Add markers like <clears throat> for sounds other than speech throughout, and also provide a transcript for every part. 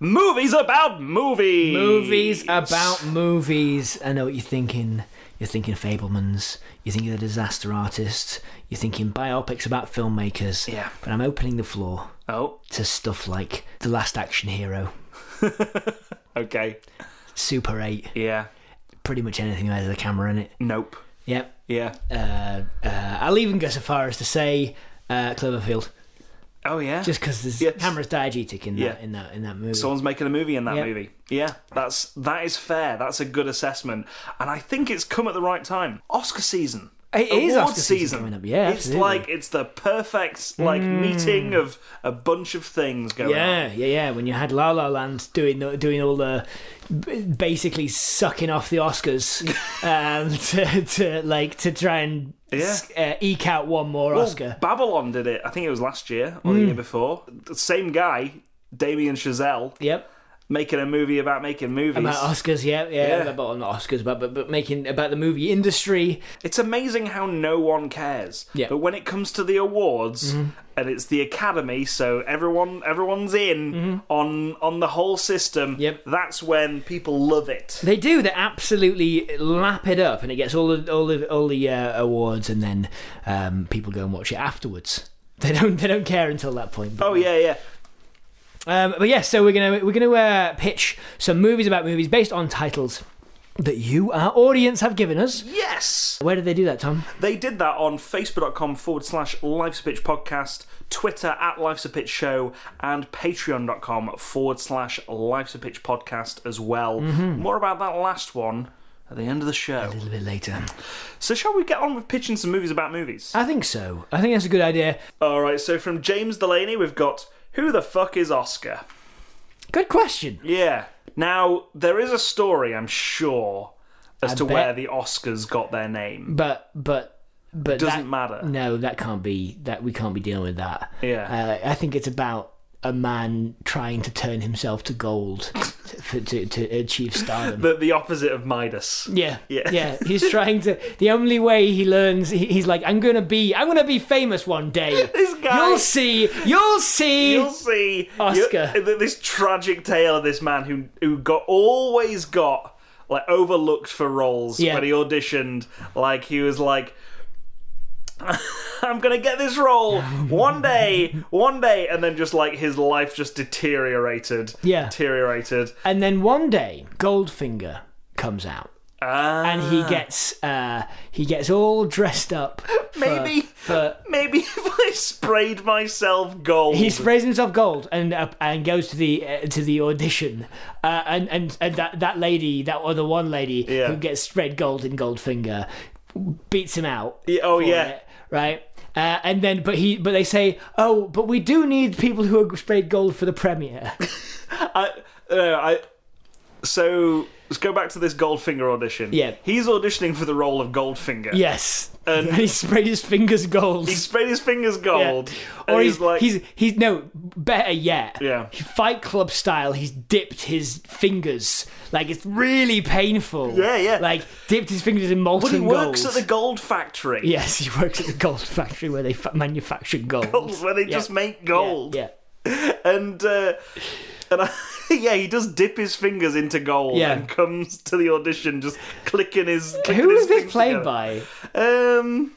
Movies about movies! about movies. I know what you're thinking. You're thinking Fablemans. You're thinking The Disaster Artist. You're thinking biopics about filmmakers. Yeah. But I'm opening the floor Oh, to stuff like The Last Action Hero, okay. Super 8, Yeah. pretty much anything that has a camera in it. Nope. Yep. Yeah. Uh, uh, I'll even go so far as to say uh, Cloverfield. Oh, yeah. just because there's Yes. camera's diegetic in that Yeah. in that in that movie. Someone's making a movie in that Yeah. movie. Yeah, that's that is fair. That's a good assessment, and I think it's come at the right time. Oscar season. It is Award Oscar season coming up, yeah, it's absolutely. Mm. like it's the perfect like meeting of a bunch of things going on. yeah, yeah, yeah. When you had La La Land doing the- doing all the b- basically sucking off the Oscars <laughs> um, to, to like to try and Yeah. uh, eke out one more Well, Oscar. Oh, Mm. Babylon did it. I think it was last year or the year before. The same guy, Damien Chazelle, Yep, making a movie about making movies. about Oscars. Yeah, yeah, Yeah. about not Oscars, but, but but making about the movie industry. It's amazing how no one cares. Yeah. But when it comes to the awards and it's the Academy, so everyone everyone's in on on the whole system. Yep. That's when people love it. They do. They absolutely lap it up, and it gets all the all the all the uh, awards, and then um, people go and watch it afterwards. They don't they don't care until that point. but- Oh yeah, yeah. Um, but yeah, so we're gonna we're gonna uh, pitch some movies about movies based on titles that you, our audience, have given us. Yes. Where did they do that, Tom? They did that on facebook.com forward slash Life's a Pitch podcast, Twitter at Life's a Pitch show, and patreon.com forward slash Life's a Pitch podcast as well. More about that last one at the end of the show. A little bit later. So, shall we get on with pitching some movies about movies? I think so. I think that's a good idea. All right, so from James Delaney, we've got Who the Fuck is Oscar? Good question. Yeah. Now, there is a story, I'm sure, as to bet- where the Oscars got their name. But but but Doesn't that- matter. No, that can't be. That we can't be dealing with that. Yeah. Uh, I think it's about a man trying to turn himself to gold <laughs> to to, to achieve stardom. The, the opposite of Midas. Yeah, Yeah. He's trying to. The only way he learns, he, he's like, I'm gonna be, I'm gonna be famous one day. <laughs> This guy- You'll see. You'll see. You'll see Oscar. you- th- this tragic tale of this man who who got always got like overlooked for roles Yeah. when he auditioned. Like he was like, <laughs> I'm gonna get this role one day, one day, and then just like his life just deteriorated, Yeah. deteriorated, And then one day, Goldfinger comes out, Ah, and he gets, uh, he gets all <laughs> dressed up. for- maybe. for- Maybe <laughs> if I sprayed myself gold, he sprays himself gold and uh, and goes to the uh, to the audition, uh, and and and that that lady, that other one lady Yeah. who gets spread gold in Goldfinger, beats him out. Yeah, oh for yeah, it, right? Uh, and then, but he, but they say, oh, but we do need people who are sprayed gold for the premiere. I, uh, I, so let's go back to this Goldfinger audition. Yeah. he's auditioning for the role of Goldfinger. <laughs> yes, And- and he sprayed his fingers gold, he sprayed his fingers <laughs> Yeah. gold, and or he's, he's, like, he's he's no better yet. Yeah. Fight Club style. He's dipped his fingers like it's really painful. Yeah, yeah. Like dipped his fingers in molten but he gold. works at the gold factory. <laughs> Yes, he works at the gold factory where they fa- manufacture gold. Where they just make Yeah, gold, yeah. and uh, and I, <laughs> yeah, he does dip his fingers into gold, Yeah. and comes to the audition just clicking his. Clicking Who his is this things played together. by? Um,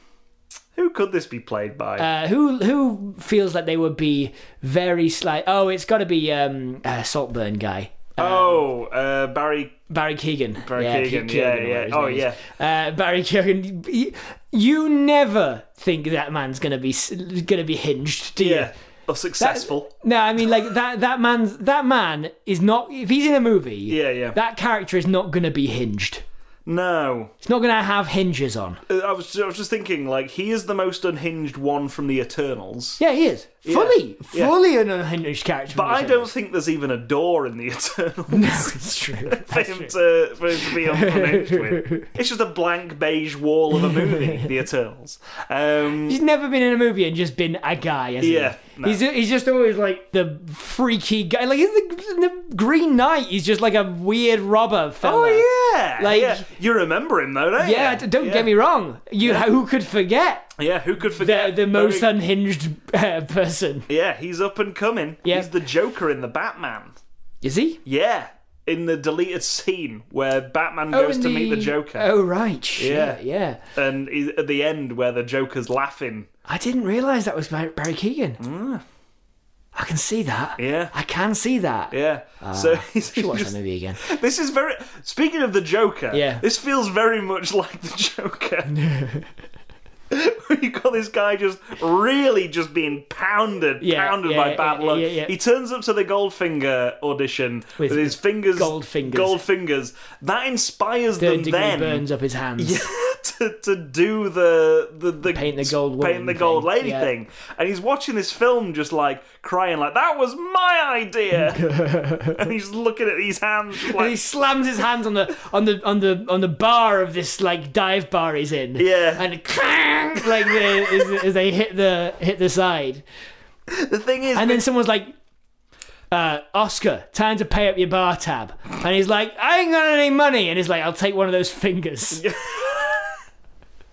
who could this be played by? Uh, who who feels like they would be very slight? Oh, it's got to be um, uh, Saltburn guy, oh, uh, Barry Barry Keegan. Barry Ke- Keoghan, Keoghan, yeah, whatever yeah. his Oh, name is. Uh, Barry Keoghan. y- You never think that man's gonna be s- gonna be hinged, do you? yeah, or successful. No, I mean like that. That man's that man is not. If he's in a movie, Yeah, yeah. That character is not gonna be hinged. No, It's not going to have hinges on. Uh, I was I was just thinking like he is the most unhinged one from the Eternals. Yeah, he is fully, Yeah. fully an unhinged character. But I <laughs> don't think there's even a door in the <laughs> Eternals It's <laughs> true. for, him to, for him to be unhinged with. <laughs> It's just a blank beige wall of a movie, The Eternals. Um, He's never been in a movie and just been a guy, has Yeah, he? no. He's, he's just always like the freaky guy. Like he's the, the Green Knight. He's just like a weird robber fella. oh yeah, Like- yeah. you remember him though, don't Yeah, you? d- don't get me wrong. You who could forget Yeah, who could the forget the most Very- unhinged uh, person? yeah, he's up and coming. Yeah. He's the Joker in the Batman. Is he? Yeah, in the deleted scene where Batman goes to Oh, in meet the Joker. Oh right, shit, Yeah. yeah, and he's at the end where the Joker's laughing. I didn't realize that was Barry Barry Keegan. I can see that. Mm. Yeah, I can see that. yeah. Ah, so <laughs> he's Should watch just- that <laughs> movie again. this is very. Speaking of the Joker, Yeah. this feels very much <laughs> like the Joker. <laughs> Where You got this guy just really just being pounded, Yeah, pounded yeah, by yeah, bad yeah, luck. yeah, yeah. He turns up to the Goldfinger audition with, With his fingers, gold fingers. gold fingers. That inspires Third them degree then burns up his hands. <laughs> to, to do the, the, the Paint the gold paint woman the gold thing, lady yeah. thing, and he's watching this film just like crying like that was my <laughs> idea, and he's looking at these hands just And like he slams his hands on the on the on the on the bar of this like dive bar he's in. Yeah. And clang like the, as, as they hit the hit the side, the thing is and then someone's like, uh, "Oscar, time to pay up your bar tab," and he's like, "I ain't got any money," and he's like, "I'll take one of <laughs> those fingers."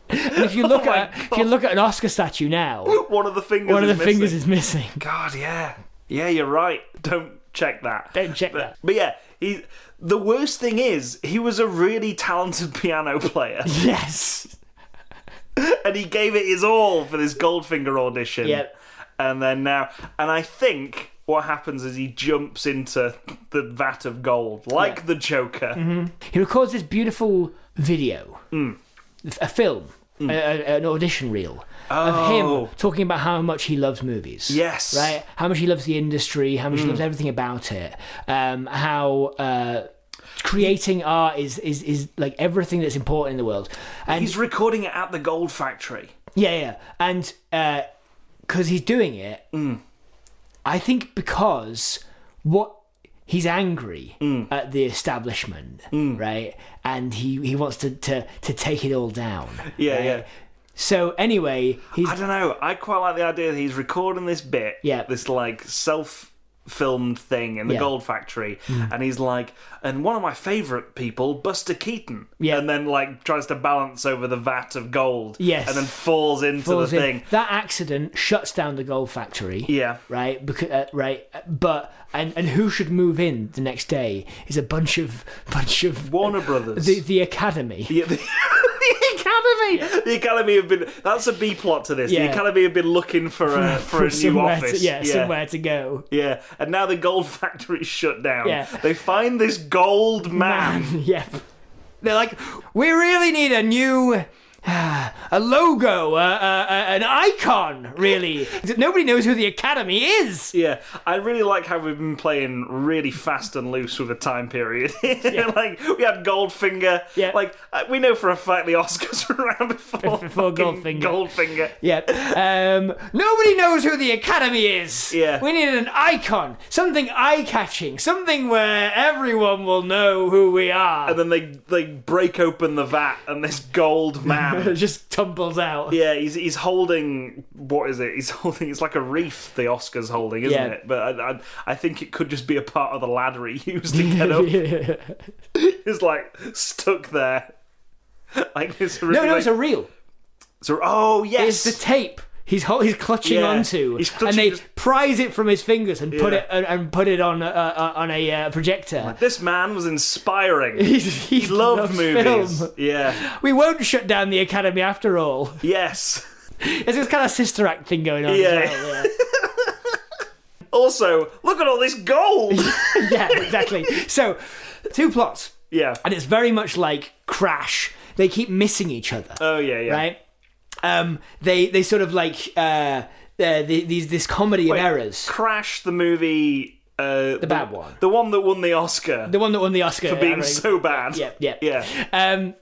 and if you look Oh my at if you look at an Oscar statue now, <laughs> one of the fingers one of the is missing. fingers is missing. God, yeah, yeah, you're right. Don't check that. Don't <laughs> check but, that. But yeah, he. The worst thing is he was a really talented <laughs> piano player, Yes. and he gave it his all for this Goldfinger audition. Yep. and then now and i think what happens is he jumps into the vat of gold like the joker He records this beautiful video, Mm. a film, a- a- an audition reel Oh. of him talking about how much he loves movies. Yes. Mm. Right? How much he loves the industry, how much he loves everything about it, um, how. Uh, creating art is, is is like everything that's important in the world and he's recording it at the gold factory yeah, yeah, and because he's doing it, Mm. I think because what he's angry Mm. at the establishment, right? And he he wants to to to take it all down. yeah right? yeah So anyway, he's i don't know i quite like the idea that he's recording this bit Yeah. this like self filmed thing in the Yeah. Mm. gold factory and he's like and one of my favorite people buster keaton Yeah. and then like tries to balance over the vat of gold Yes. and then falls into falls the in. thing that accident shuts down the gold factory. yeah Right, because uh, right, but and and who should move in the next day is a bunch of bunch of <laughs> warner brothers the the academy. Yeah, the, <laughs> the Academy. The Academy have been. That's a B plot to this. The Yeah. Academy have been looking for <laughs> a for a new somewhere office. to, yeah, yeah, somewhere to go. <clears throat> yeah. And now the gold <laughs> factory's shut down. Yeah. They find this gold man. yep. <laughs> They're like, we really need a new. <sighs> ah, A logo, uh, uh, an icon, really. Nobody knows who the Academy is. Yeah, I really like how we've been playing really fast and loose with the time period. <laughs> like we had Goldfinger. Yeah. Like uh, we know for a fact the Oscars <laughs> were around before, Before fucking Goldfinger. Goldfinger. Yep. Um, nobody knows who the Academy is. Yeah. We need an icon, something eye-catching, something where everyone will know who we are. And then they they break open the vat and this gold man <laughs> It <laughs> just tumbles out. Yeah, he's he's holding what is it? He's <laughs> holding it's like a reef. The Oscar's holding, isn't Yeah. it? But I, I I think it could just be a part of the ladder he <laughs> used to get <laughs> up. It's like stuck there. <laughs> Like this. Really, No, no, like- it's a real. so- oh It's yes, the tape he's hol- he's clutching Yeah, onto, he's clutching and they just- prise it from his fingers and put Yeah. it and, and put it on a, uh, on a uh, projector. this man was inspiring. He's, <laughs> he Love loves movies. film. Yeah. We won't shut down the academy after all. <laughs> Yes. <laughs> There's this kind of sister act thing going on. as Yeah. well, Also, look at all this <laughs> gold. <laughs> yeah. yeah, exactly. So, two plots, yeah. and it's very much like Crash. They keep missing each other. Oh yeah, yeah. right? Um, they they sort of like uh, uh, the, these this comedy of errors. Crash the movie. Uh, the bad one. The one that won the Oscar. The one that won the Oscar for being I mean- so bad. Yeah, yeah, Yeah. Um,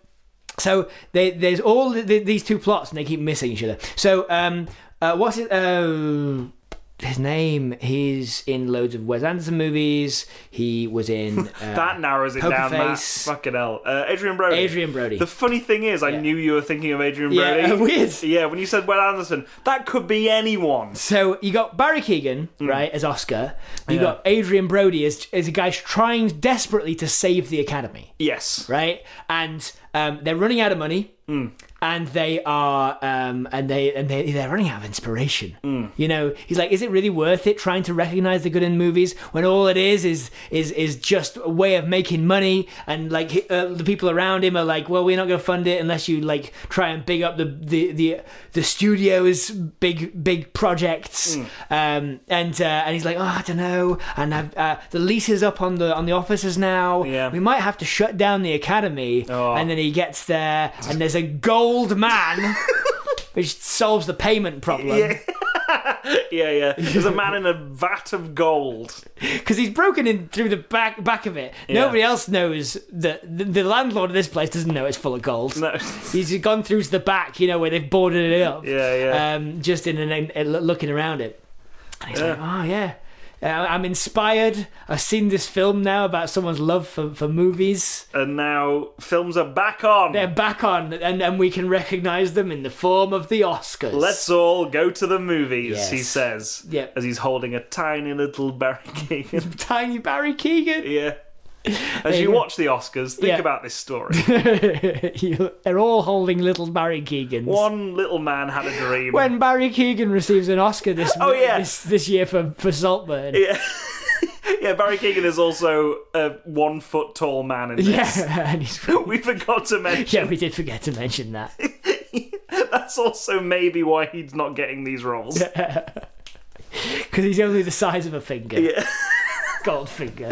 So they, there's all th th these two plots, and they keep missing each other. So um, uh, what's his, uh, his name? He's in loads of Wes Anderson movies. He was in uh, That narrows it Poker down, Matt. Face. Fucking hell. Uh, Adrian Brody. Adrian Brody. The funny thing is, I knew you were thinking of Adrian Yeah, Brody. uh, <laughs> weird. Yeah, when you said Wes Anderson, that could be anyone. So you got Barry Keegan, right, as Oscar. You Yeah. got Adrian Brody as, as a guy trying desperately to save the Academy, Yes. Mm. right? And um, they're running out of money, and they are, um, and they and they they're running out of inspiration. Mm. You know, he's like, is it really worth it trying to recognize the good in movies when all it is is is is just a way of making money? And like he- uh, the people around him are like, well, we're not going to fund it unless you like try and big up the the the, the studio's big big projects. Mm. Um, and uh, and he's like, oh, I don't know. And I've, uh, the lease is up on the on the offices now. Yeah. we might have to shut down the academy. Oh. And then he gets there, and there's a <laughs> gold man. Which solves the payment problem Yeah, yeah. There's a man in a vat of gold. because he's broken in through the back back of it. Nobody else knows that the, the landlord of this place doesn't know it's full of gold. No. He's gone through to the back, you know, where they've boarded it up. Yeah, yeah. Um, just in an, in- looking around it, and he's like, "Oh yeah, Uh, I'm inspired. I've seen this film now about someone's love for, for movies. And now films are back on. They're back on, and and we can recognise them in the form of the Oscars. Let's all go to the movies, Yes. he says. Yep. As he's holding a tiny little Barry Keoghan. <laughs> tiny Barry Keegan. <laughs> yeah. As you you go. watch the Oscars, think Yeah. about this <laughs> story. You- They're all holding little Barry Keegans. One little man had a dream. when Barry Keegan receives an Oscar this Oh, yeah. this, this year for for Saltburn. Yeah. yeah, Barry Keegan is also a one foot tall man in this. <laughs> Yeah, and he's, <laughs> We forgot to mention yeah, we did forget to mention that. that's also maybe why he's not getting these roles. Because he's only the size of a finger. Yeah. Gold finger.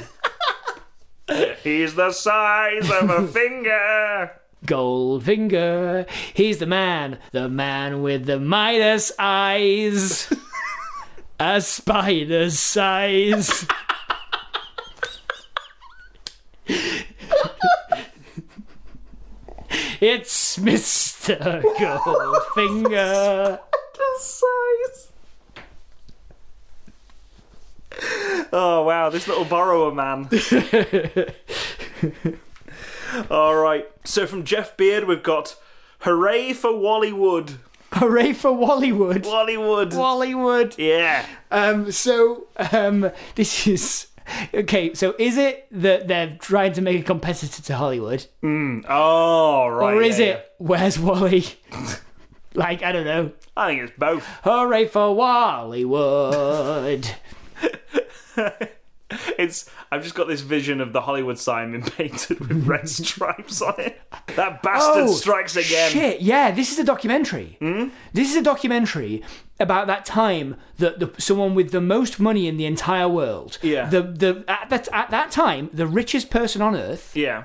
He's the size of <laughs> a finger. Gold finger. He's the man. The man with the Midas eyes. a spider's size. it's Mr. Goldfinger. size. Oh wow, this little borrower <laughs> man. All right. So from Jeff Beard, we've got "Hooray for Wally Wood." Hooray for Wallywood. Wally Wood. Wallywood. Yeah. Um, so um, this is okay. So is it that they're trying to make a competitor to Hollywood, Oh right. or is yeah, yeah. it where's <laughs> Wally? like I don't know. I think it's both. Hooray for Wallywood! It's. I've just got this vision of the Hollywood sign <laughs> being painted with red stripes on it. That bastard strikes again. Oh, Hmm? Shit, yeah, this is a documentary. This is a documentary about that time that the, someone with the most money in the entire world, Yeah. the the at that at that time the richest person on earth, Yeah.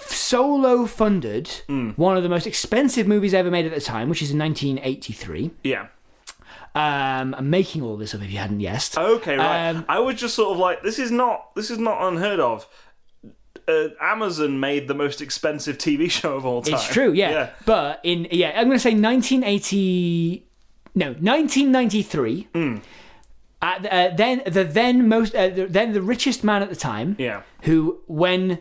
solo funded Hmm. one of the most expensive movies ever made at the time, which is in 1983. Yeah. Um, I'm making all this up if you hadn't guessed. Okay, right. Um, I was just sort of like, this is not this is not unheard of. Uh, Amazon made the most expensive TV <laughs> show of all time. it's true, yeah. yeah. But in yeah, I'm going to say 1980. No, 1993. Hmm. Uh, th- uh, then the then most uh, the, then the richest man at the time. Yeah. Who when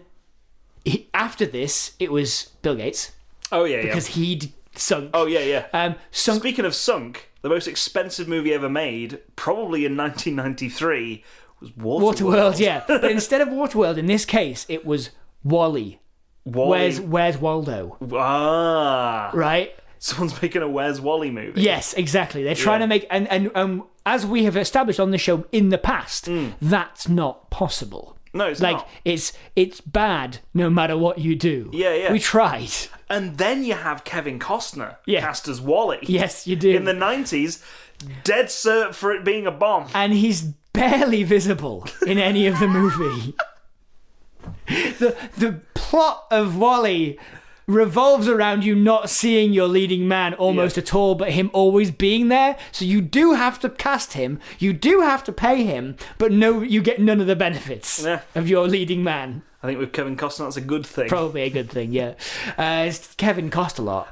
he, after this it was Bill Gates Oh yeah, yeah. because he'd sunk. Oh yeah, yeah. Um, sunk Speaking of sunk, the most expensive movie ever made, probably in 1993, was Waterworld. Waterworld, yeah. But instead of Waterworld, in this case, it was Wally. Wall-E. Mm. Where's Where's Waldo? ah? Right? Someone's making a Where's Wally movie. Yes, exactly. They're trying Yeah. to make and and um, as we have established on the show in the past, that's not possible. Mm. No, it's like not. it's it's bad no matter what you do. Yeah, yeah. We tried. <laughs> And then you have Kevin Costner Yeah. cast as Wally. Yes, you do. In the 90s, dead cert for it being a bomb. and he's barely visible in any of the movie. the the plot of Wally revolves around you not seeing your leading man almost Yeah. at all, but him always being there. So you do have to cast him, you do have to pay him, but no, you get none of the benefits Yeah. of your leading man. I think with Kevin Costner, that's a good thing. Probably a good thing, yeah. Uh, it's Kevin cost a lot.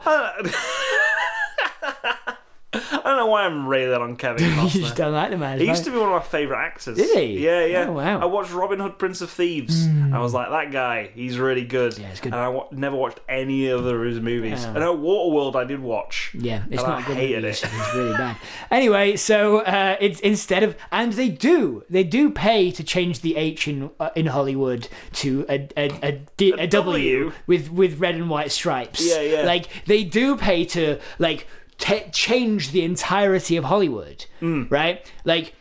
I don't know why I'm railed on Kevin <laughs> you Costner. just don't like the man. He used to be one of my favourite actors. Did he? Yeah, yeah. Oh, wow. Hmm. I watched Robin Hood, Prince of Thieves. I was like, that guy, he's really good. Yeah, it's good. And I wa- never watched any other of his movies. Yeah. I know Waterworld I did watch. Yeah, it's And I not good. hated movies. it. It's really bad. <laughs> Anyway, so uh, it's instead of and they do they do pay to change the H in uh, in Hollywood to a a, a, D, a, W. W with with red and white stripes. Yeah, yeah. Like they do pay to like t- change the entirety of Hollywood, Mm. right? Like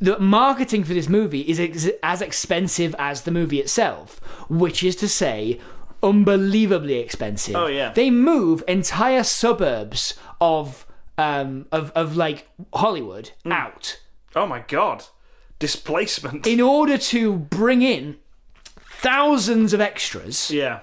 the marketing for this movie is ex- as expensive as the movie itself, which is to say, unbelievably expensive. Oh, yeah. they move entire suburbs of um of of like Hollywood Mm. out Oh my god. Displacement. in order to bring in thousands of extras, yeah.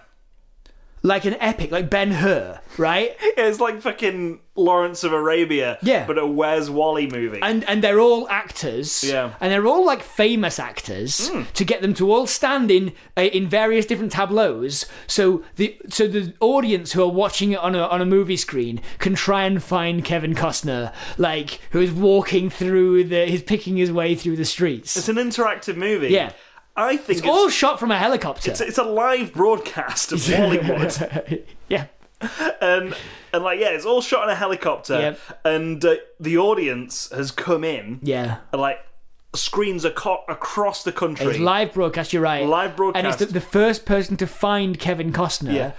like an epic, like Ben Hur, right? Yeah, It's like fucking Lawrence of Arabia. Yeah. But a Where's Wally movie. and and they're all actors Yeah. Hmm. and they're all like famous actors to get them to all stand in uh, in various different tableaus so the so the audience who are watching it on a on a movie screen can try and find Kevin Costner like who is walking through the he's picking his way through the streets it's an interactive movie. Yeah. I think it's, all shot from a helicopter it's, it's a live broadcast <laughs> of Hollywood. yeah and and like yeah, it's all shot in a helicopter, Yep. and uh, the audience has come in, yeah and, like screens aco- across the country. It's live broadcast. You're right. Live broadcast. and it's the, the first person to find Kevin Costner Yeah.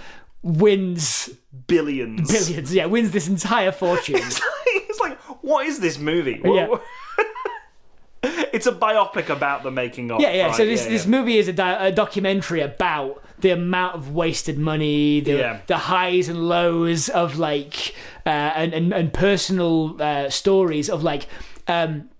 wins billions. <laughs> billions. Yeah, wins this entire <laughs> fortune. it's like, what is this movie? What- <laughs> it's a biopic about the making of. Yeah, yeah. right, so this yeah, this yeah. movie is a, di- a documentary about the amount of wasted money, the Yeah. the highs and lows of like uh, and, and and personal uh, stories of like. Um,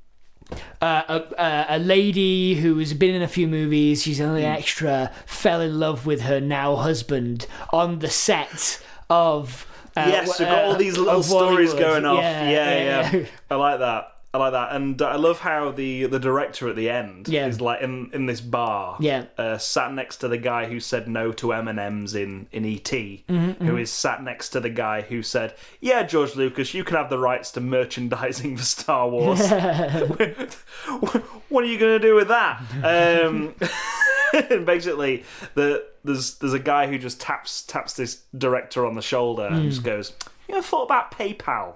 uh, a, a, a lady who's been in a few movies, she's Hmm. only an extra, fell in love with her now husband on the set of. Uh, Yes, we've w- got uh, all these little of stories Wallywood. going off. Yeah, <laughs> yeah, yeah. I like that. I like that, and uh, I love how the the director at the end Yeah. is like in in this bar, Yeah. uh, sat next to the guy who said no to M and M's in in ET, who is sat next to the guy who said, "Yeah, George Lucas, you can have the rights to merchandising <laughs> for Star Wars. what are you going to do with that?" Um, <laughs> basically, the there's there's a guy who just taps taps this director on the shoulder and just goes, "You ever thought about PayPal?"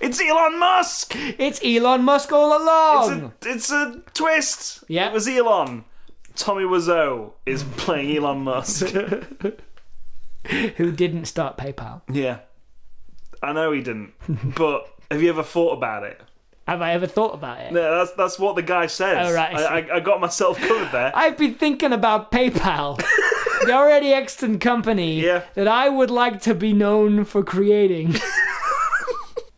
It's Elon Musk. It's Elon Musk all along. It's a, it's a twist. Oh, Yeah. It was Elon. Tommy Wiseau is playing Elon <laughs> Musk. Who didn't start PayPal? yeah. I know he didn't, <laughs> but have you ever thought about it? Have I ever thought about it? No, that's that's what the guy says. Oh, right, I I, I, I got myself covered there. <laughs> I've been thinking <laughs> about PayPal, the already extant company Yeah. that I would like to be known for creating. <laughs> <laughs>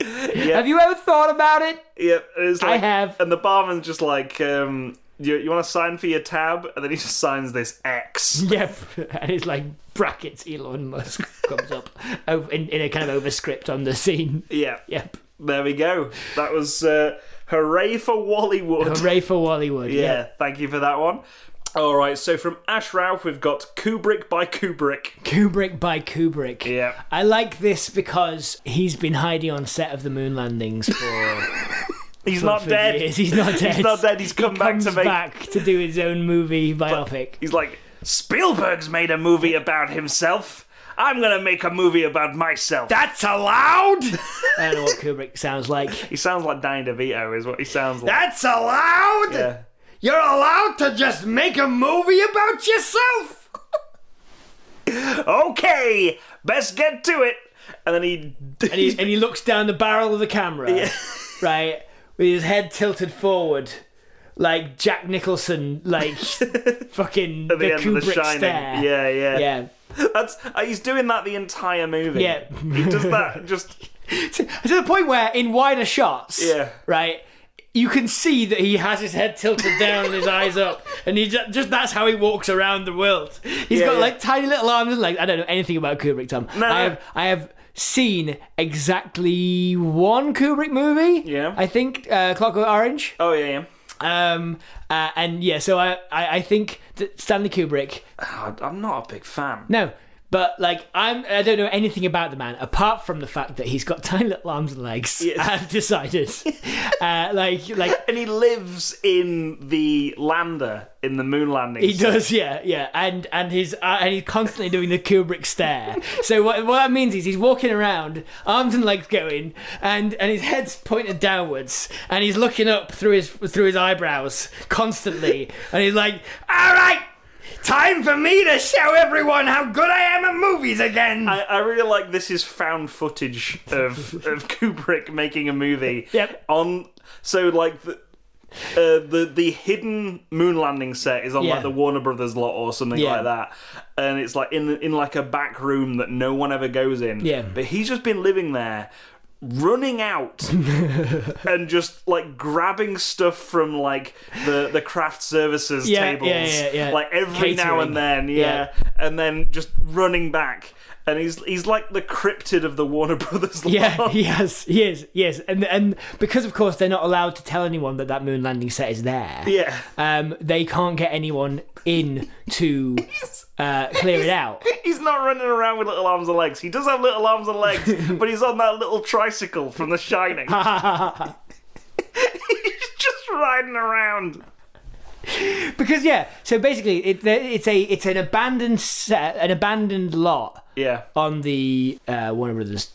Have you ever thought about it? yeah, it's like, have. And the barman's just like, um, you, you want to sign for your tab? And then he just signs this <laughs> X. Yep. And it's like brackets Elon Musk comes up over, in, in a kind of overscript on the scene. <laughs> Yeah. Yep. There we go. That was uh, hooray for Wallywood. Hooray for Wallywood. Yeah, thank you for that one. All right, so from Ash Ralph, we've got Kubrick by Kubrick. Kubrick by Kubrick. Yeah. I like this because he's been hiding on set of the moon landings for, He's not for dead. years. He's not <laughs> dead. He's not dead. He's come back Comes to make. back to do his own movie biopic. He's like Spielberg's made a movie about himself. I'm gonna make a movie about myself. That's allowed. I don't know what Kubrick sounds like. he sounds like Danny DeVito, is what he sounds like. <laughs> That's allowed. Yeah. You're allowed to just make a movie about yourself. Okay, best get to it. And then he. And he, and he looks down the barrel of the camera, right, with his head tilted forward, like Jack Nicholson, <laughs> like fucking the, at the, end Kubrick of The Shining. stare. Yeah, yeah, yeah. <laughs> That's uh, he's doing that the entire movie. Yeah. <laughs> he does that just to, to the point where in wider shots, Yeah. right, you can see that he has his head tilted down and his eyes up, and he just, just that's how he walks around the world. He's Yeah, got yeah. like tiny little arms and legs. I don't know anything about Kubrick, Tom. No, I no. have I have seen exactly one Kubrick movie. Yeah. I think uh, Clockwork Orange. Oh yeah, yeah. Um, uh, and yeah, so I, I, I think that Stanley Kubrick. Ah, I'm not a big fan. No, but like I'm, I don't know anything about the man apart from the fact that he's got <laughs> tiny little arms and legs. Yes. <laughs> I've decided. uh, like, like And he lives in the lander in the moon landing. He does, yeah, yeah, and and he's uh, and he's constantly doing the Kubrick stare. so what what that means is he's walking around, arms and legs going, and and his head's pointed downwards, and he's looking up through his through his eyebrows constantly, and he's like, "All right, time for me to show everyone how good I am at movies again." I, I really like this is found footage of of <laughs> Kubrick making a movie. Yep. On so like the. Uh, the the hidden moon landing set is on Yeah. like the Warner Brothers lot or something Yeah. like that, and it's like in in like a back room that no one ever goes in. Yeah. But he's just been living there, running <laughs> out and just like grabbing stuff from like the the craft services Yeah, tables, yeah, yeah, yeah. like every now Catering. and then, yeah, and then just running back. And he's he's like the cryptid of the Warner <laughs> Brothers. Yeah, <laughs> lot. he has. He is. Yes, and and because of course they're not allowed to tell anyone that that moon landing set is there. Yeah. Um, they can't get anyone in to uh, clear it out. <laughs> He's not running around with little arms and legs. He does have little arms and <laughs> legs, but he's on that little tricycle from The Shining. he's just riding around. Because yeah, so basically it, it's a it's an abandoned set, an abandoned lot Yeah, on the uh, Warner Brothers,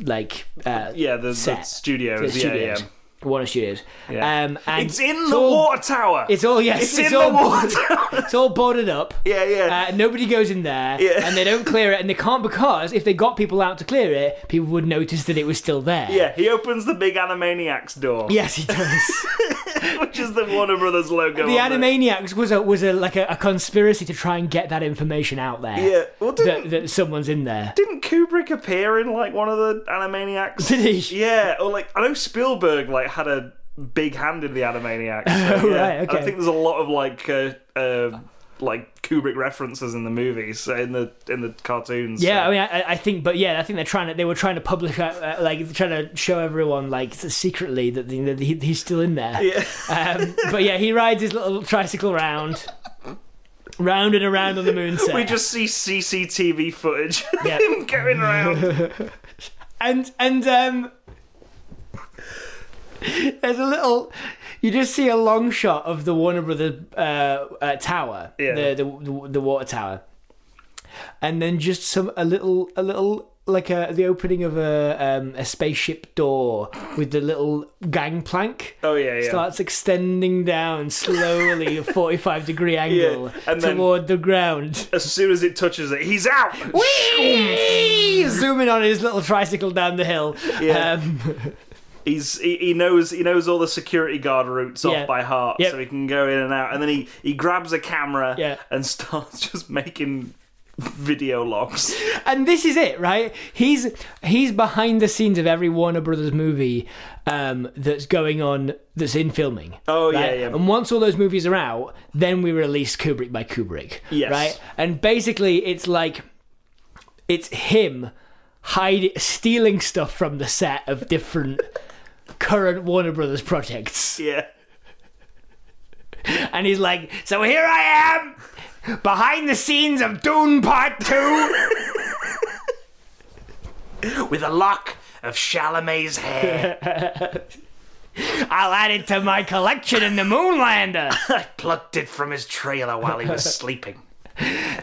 like uh, yeah. The, the Set. studios. Yeah, studios, yeah. Warner Studios. Yeah. Um, and It's in it's the all- water tower. It's all yes. It's in <laughs> the all- water tower. It's all boarded up. yeah, yeah. Uh, nobody goes in there, Yeah. and they don't clear it, and they can't because if they got people out to clear it, people would notice that it was still there. yeah, he opens the big Animaniacs door, Yes, he does. <laughs> which is the Warner Brothers logo. the on it. Animaniacs was a was a like a, a conspiracy to try and get that information out there. Yeah. Well, didn't, That, that someone's in there. didn't Kubrick appear in like one of the Animaniacs? Did he? Yeah, or like I know Spielberg like had a big hand in the Animaniacs. so, Oh, yeah. <laughs> right, And okay. I think there's a lot of like uh, uh, like Kubrick references in the movies, uh, in the in the cartoons. Yeah, I so. mean, I, I think, but yeah, I think they're trying to. They were trying to publish, uh, uh, like, trying to show everyone, like, s- secretly that, the, that he, he's still in there. Yeah. Um, but yeah, he rides his little tricycle round, round and around on the moon <laughs> set. we just see CCTV footage of Yeah. him going <laughs> around. and and um there's a little you just see a long shot of the Warner Brothers uh, uh, tower Yeah. the, the the the water tower and then just some a little a little like a, the opening of a um, a spaceship door with the little gangplank Oh yeah, yeah. starts extending down slowly a 45 degree angle and then- toward the ground as soon as it touches it, he's out. zooming on his little tricycle down the hill Yeah. um, He's he, he knows he knows all the security guard routes Yeah. off by heart, Yep. so he can go in and out. And then he he grabs a camera Yeah. and <laughs> starts just making video logs. <laughs> and this is it, right? He's he's behind the scenes of every Warner Brothers movie um, that's going on that's in filming. Oh, yeah, right? yeah. And once all those movies are out, then we release Kubrick by Kubrick. Yes. Right? And basically it's like it's him hiding stealing stuff from the set of different current Warner Brothers projects. Yeah. And he's like, So here I am behind the scenes of Dune Part Two <laughs> With a lock of Chalamet's <laughs> hair, I'll add it to my collection in <laughs> the Moonlander. I plucked it from his trailer while <laughs> he was sleeping.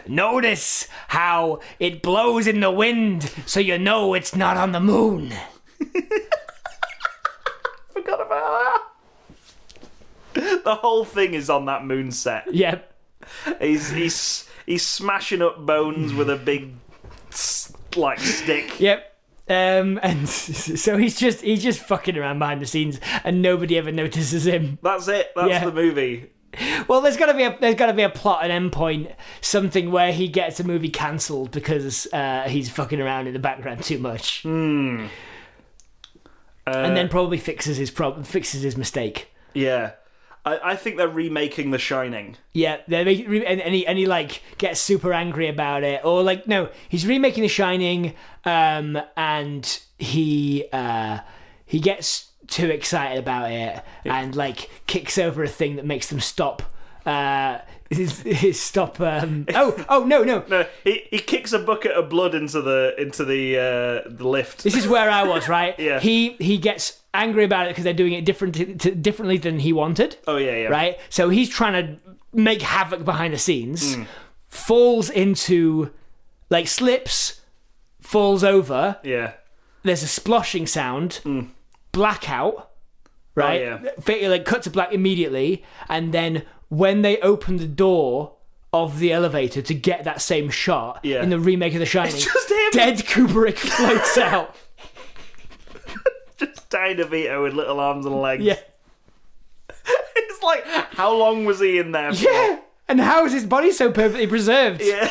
Notice how it blows in the wind, so you know it's not on the moon. Forgot about that. The whole thing is on that moon set. Yep. He's he's he's smashing up bones with a big s- like stick. Yep. Um, and <laughs> so he's just he's just fucking around behind the scenes, and nobody ever notices him. That's it. That's Yeah. the movie. Well, there's gotta be a there's gotta be a plot, an endpoint, something where he gets a movie cancelled because uh, he's fucking around in the background too much. and then probably fixes his problem, fixes his mistake. Yeah. I, I think they're remaking The Shining. Yeah, they're making re- and, and he and he like gets super angry about it, or like no, he's remaking The Shining, um, and he uh, he gets too excited about it and like kicks over a thing that makes them stop. Uh, his, his stop. Um, oh, oh no, no. No, he, he kicks a bucket of blood into the into the uh, the lift. This is where I was, right? Yeah. He he gets angry about it because they're doing it different to, differently than he wanted. Oh yeah, yeah. right? So he's trying to make havoc behind the scenes, Mm. falls into, like, slips, falls over. Yeah. <laughs> There's a splashing sound, blackout, right? Mm. Oh, yeah. Fa- Like, cut to black immediately. And then when they open the door of the elevator to get that same shot Yeah. in the remake of The Shining, Just him <laughs> dead <laughs> Kubrick floats out. just dying of Vito with little arms and legs. Yeah. <laughs> It's like how long was he in there for? Yeah. And how is his body so perfectly preserved? Yeah.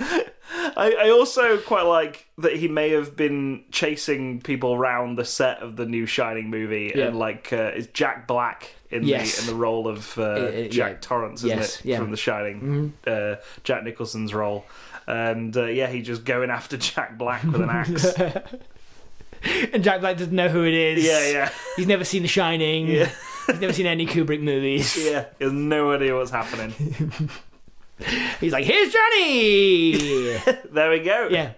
I, I also quite like that he may have been chasing people around the set of the new Shining movie, Yeah. and like uh, is Jack Black in Yes. the in the role of uh, uh, Jack yeah. Torrance, isn't Yes, it, yeah. Mm-hmm. from The Shining? Uh, Jack Nicholson's role, and uh, yeah, he just going after <laughs> Jack Black with <laughs> an axe. yeah, And Jack Black doesn't know who it is. yeah, He's never seen The Shining. He's never seen any Kubrick movies. <laughs> yeah. He has no idea what's <laughs> happening. He's like, here's Johnny. There we go. yeah.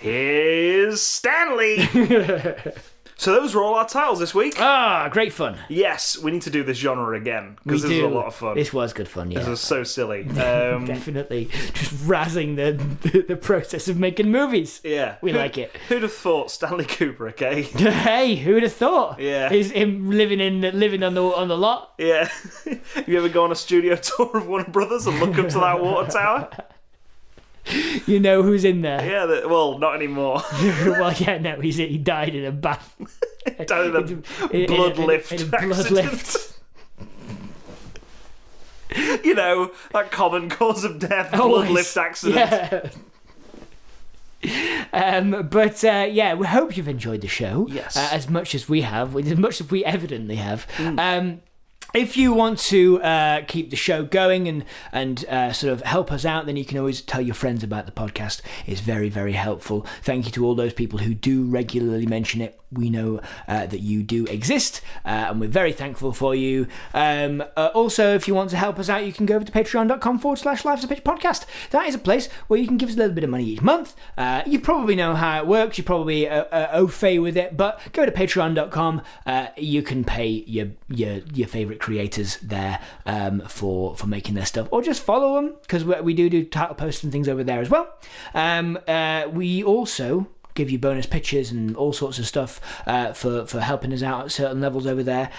Here's <laughs> Stanley. so those were all our titles this week. Ah, great fun. Yes, we need to do this genre again because We this is a do. lot of fun. This was good fun. Yeah. This is so <laughs> silly. Um, Definitely just razzing the, the the process of making movies. yeah, We Who- like it. <laughs> Who'd have thought Stanley Kubrick? Eh? <laughs> Hey, who'd have thought? Yeah. Is him living in living on the on the lot? Yeah. <laughs> have you ever go on a studio <laughs> tour of Warner Brothers and look up to that water <laughs> tower? You know who's in there? Yeah. That, well, not anymore. <laughs> <laughs> well, yeah, no, he's he died in a bath. Down <laughs> in the <laughs> blood in a- lift in a blood accident. lift. <laughs> you know that common cause of <laughs> death: Always. blood lift accident. Yeah. <laughs> Um, but uh, yeah, we hope you've enjoyed the show. Yes. Uh, as much as we have, as much as we evidently have. Um, if you want to uh, keep the show going and and uh, sort of help us out, then you can always tell your friends about the podcast. It's very very helpful. Thank you to all those people who do regularly mention it. We know uh, that you do exist, uh, and we're very thankful for you. Um, uh, also, if you want to help us out, you can go over to patreon.com forward slash lives a pitch podcast. That is a place where you can give us a little bit of money each month. Uh, you probably know how it works. You probably uh, uh, au fait with it, but go to patreon.com. Uh, you can pay your your your favorite creators there um, for for making their stuff, or just follow them because we, we do do title posts and things over there as well. Um, uh, we also give you bonus pictures and all sorts of stuff uh, for for helping us out at certain levels over there.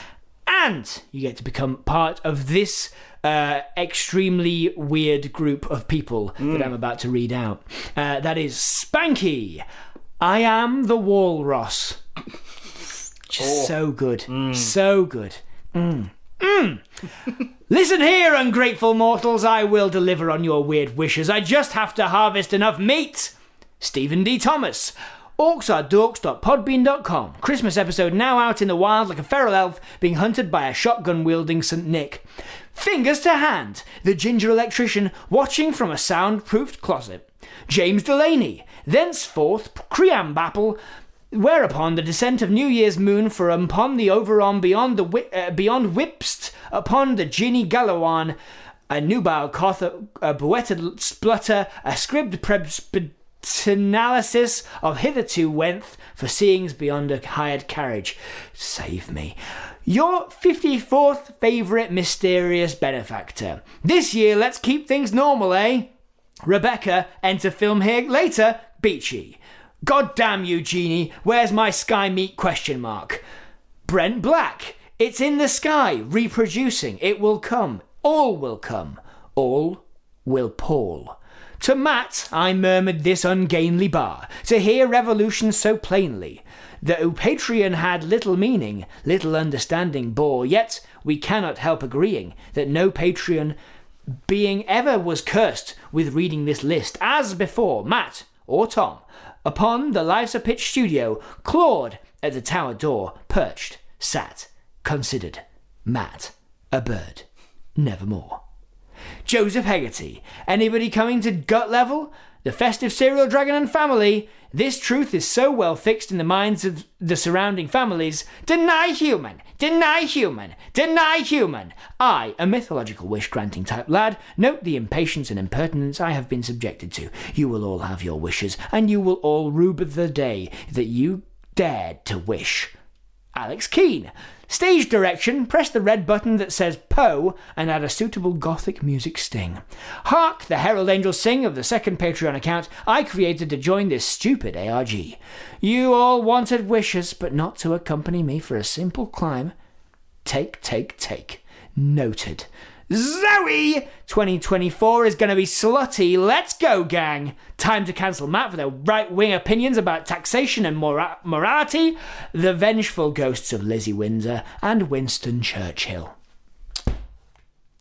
And you get to become part of this uh, extremely weird group of people that I'm about to read out. Uh, that is Spanky. I am the Walrus. Just so good. So good. Mm. <laughs> Listen here, ungrateful mortals, I will deliver on your weird wishes. I just have to harvest enough meat. Stephen D. Thomas. Orcs are dorks.podbean.com. Christmas episode now out in the wild like a feral elf being hunted by a shotgun wielding St. Nick. Fingers to hand, the ginger electrician watching from a soundproofed closet. James Delaney, thenceforth Cream Bapple, Whereupon the descent of New Year's moon for upon the overarm beyond the wi- uh, beyond whipst upon the Ginny Galawan, a nubile cough, a, a buetted splutter, a scribbed prebspitanalysis of hitherto went for seeings beyond a hired carriage. Save me. Your 54th favourite mysterious benefactor. This year, let's keep things normal, eh? Rebecca, enter film here later, Beachy. God damn you, Genie, where's my sky meat question mark? Brent Black, it's in the sky, reproducing, it will come, all will come, all will Paul. To Matt, I murmured this ungainly bar, to hear revolution so plainly. The Upatrian had little meaning, little understanding bore, yet we cannot help agreeing that no Patreon being ever was cursed with reading this list, as before, Matt or Tom. Upon the Life's a Pitch studio, Claude at the tower door, perched, sat, considered, Matt, a bird, nevermore. Joseph Hegarty. Anybody coming to gut level? The festive serial dragon and family. This truth is so well fixed in the minds of the surrounding families. Deny human! Deny human! Deny human! I, a mythological wish granting type lad, note the impatience and impertinence I have been subjected to. You will all have your wishes, and you will all rue the day that you dared to wish. Alex Keane. Stage direction, press the red button that says Poe and add a suitable gothic music sting. Hark, the Herald Angels sing of the second Patreon account I created to join this stupid ARG. You all wanted wishes, but not to accompany me for a simple climb. Take, take, take. Noted. Zoe! 2024 is going to be slutty. Let's go, gang! Time to cancel Matt for their right wing opinions about taxation and mora- morality, the vengeful ghosts of Lizzie Windsor and Winston Churchill.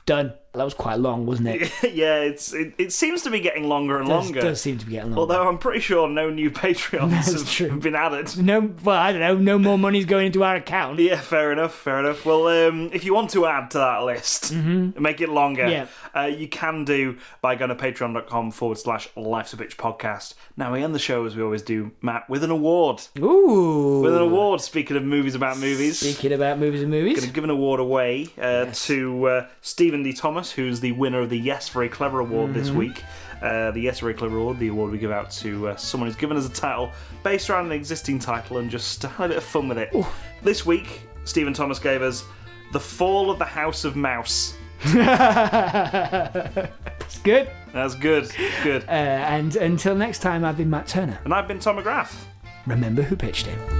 Done. That was quite long, wasn't <laughs> <laughs> it? yeah, it's it, it seems to be getting longer and It longer. does seem to be getting long. Although I'm pretty sure no new <laughs> Patreons have true. been added. <laughs> no, well, I don't know. No more money's going into our account. Yeah, fair enough, fair enough. Well, um, if you want to add to that list, make it longer, Mm-hmm. Yeah. uh, you can do by going to patreon.com forward slash life's a bitch podcast. Now, we end the show as we always do, Matt, with an award. Ooh. With an award, speaking of movies about movies. Speaking about movies and movies. Gonna give an award away uh, to uh, Stephen D. Thomas, who's the winner of the Yes Very Clever Award this week. Uh, the Yes Very Clever Award, the award we give out to uh, someone who's given us a title based around an existing title and just <laughs> had a bit of fun with it. This week, Stephen Thomas gave us The Fall of the House of Mouse. <laughs> It's good. That's good, good. Uh, and until Uh, next time, I've been Matt Turner. And I've been Tom McGrath. Remember who pitched it.